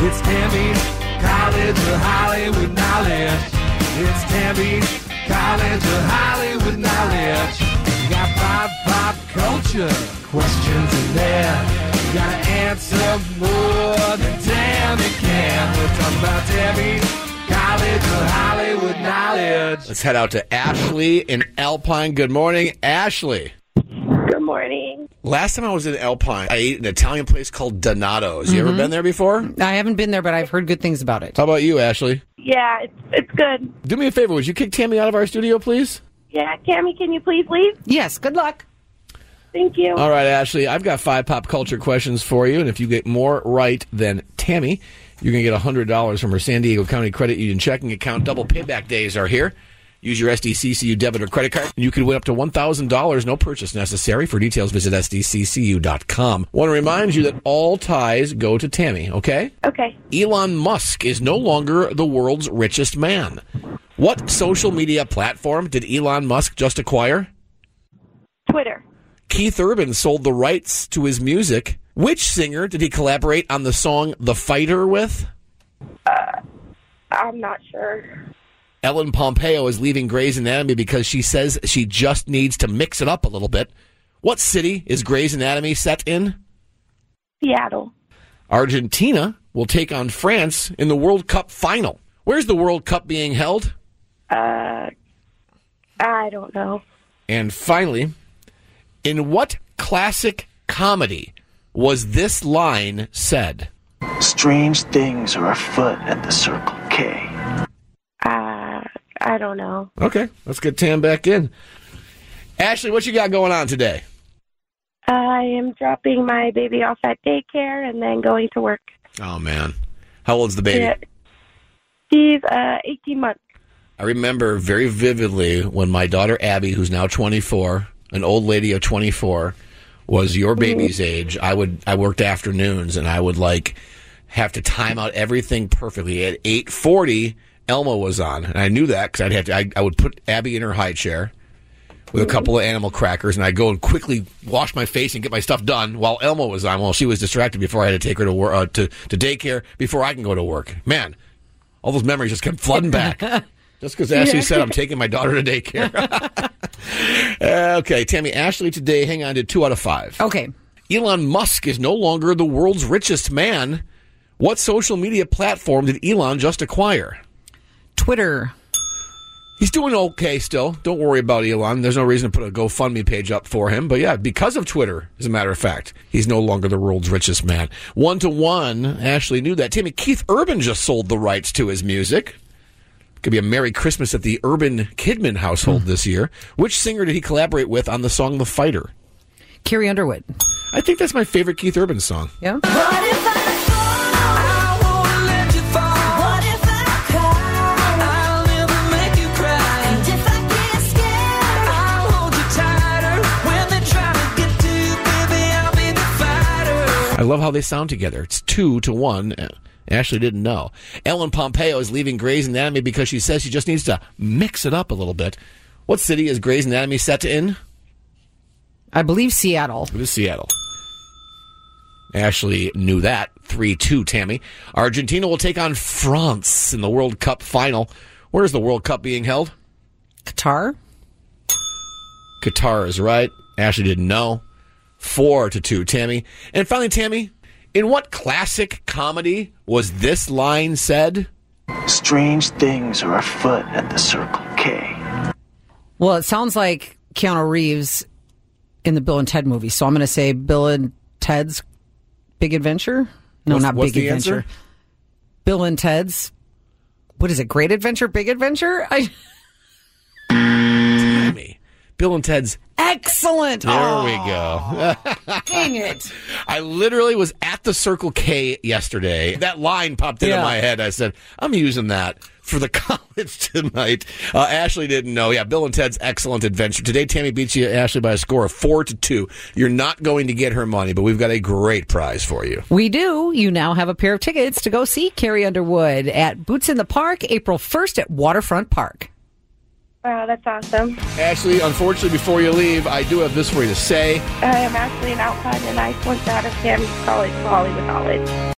It's Tammy's College of Hollywood Knowledge. It's Tammy's College of Hollywood Knowledge. You got pop, pop culture questions in there. You gotta answer more than Tammy can. We're talking about Tammy's College of Hollywood Knowledge. Let's head out to Ashley in Alpine. Good morning, Ashley. Good morning. Last time I was in Alpine, I ate at an Italian place called Donato's. You ever been there before? I haven't been there, but I've heard good things about it. How about you, Ashley? Yeah, it's it's good. Do me a favor. Would you kick Tammy out of our studio, please? Yeah, Cammy, can you please leave? Yes, good luck. Thank you. All right, Ashley. I've got five pop culture questions for you, and if you get more right than Tammy, you're going to get hundred dollars from her San Diego County Credit Union checking account. Double payback days are here. Use your SDCCU debit or credit card, and you could win up to $1,000, no purchase necessary. For details, visit SDCCU.com. Want to remind you that all ties go to Tammy, okay? Okay. Elon Musk is no longer the world's richest man. What social media platform did Elon Musk just acquire? Twitter. Keith Urban sold the rights to his music. Which singer did he collaborate on the song The Fighter with? I'm not sure. Ellen Pompeo is leaving Grey's Anatomy because she says she just needs to mix it up a little bit. What city is Grey's Anatomy set in? Seattle. Argentina will take on France in the World Cup final. Where's the World Cup being held? Uh, I don't know. And finally, in what classic comedy was this line said? Strange things are afoot at the Circle K. Uh, I don't know. Okay, let's get Tam back in. Ashley, what you got going on today? I am dropping my baby off at daycare and then going to work. Oh man, how old's the baby? Yeah. She's uh 18 months. I remember very vividly when my daughter Abby, who's now 24, an old lady of 24, was your baby's age. I would I worked afternoons and I would like have to time out everything perfectly. At 8:40, Elmo was on, and I knew that because I'd have to. I, I would put Abby in her high chair with a couple of animal crackers, and I'd go and quickly wash my face and get my stuff done while Elmo was on, while she was distracted before I had to take her to work uh, to to daycare before I can go to work. Man, all those memories just kept flooding back. Just because Ashley said I'm taking my daughter to daycare. Uh, okay, Tammy, Ashley today, hang on to two out of five. Okay. Elon Musk is no longer the world's richest man. What social media platform did Elon just acquire? Twitter. He's doing okay still. Don't worry about Elon. There's no reason to put a GoFundMe page up for him. But yeah, because of Twitter, as a matter of fact, he's no longer the world's richest man. One to one, Ashley knew that. Timmy, Keith Urban just sold the rights to his music. Could be a Merry Christmas at the Urban Kidman household this year. Which singer did he collaborate with on the song The Fighter? Carrie Underwood. I think that's my favorite Keith Urban song. Yeah. What if I fall? I won't let you fall. What if I cry? I'll never make you cry. And if I get scared, I'll hold you tighter. When they try to get to you, baby, I'll be the fighter. I love how they sound together. It's two to one. Uh, Ashley didn't know. Ellen Pompeo is leaving Grey's Anatomy because she says she just needs to mix it up a little bit. What city is Grey's Anatomy set in? I believe Seattle. It is Seattle. Ashley knew that. 3 2, Tammy. Argentina will take on France in the World Cup final. Where is the World Cup being held? Qatar. Qatar is right. Ashley didn't know. Four to two, Tammy. And finally, Tammy, in what classic comedy was this line said? Strange things are afoot at the Circle K. Well, it sounds like Keanu Reeves in the Bill and Ted movie. So I'm going to say Bill and Ted's Big Adventure. No, What's- not what's Big the Adventure. answer? Bill and Ted's. What is it? Great Adventure? Big Adventure? I, Tammy. Bill and Ted's. excellent. There Oh, we go. dang it. I literally was at the Circle K yesterday. That line popped into Yeah. my head. I said, I'm using that for the college tonight. Uh, Ashley didn't know. Yeah, Bill and Ted's excellent adventure. Today, Tammy beats you, Ashley, by a score of four to two. You're not going to get her money, but we've got a great prize for you. We do. You now have a pair of tickets to go see Carrie Underwood at Boots in the Park, April 1st at Waterfront Park. Wow, that's awesome. Ashley, unfortunately, before you leave, I do have this for you to say. I am actually an outline and I flunked out of Cammy's College for Hollywood College.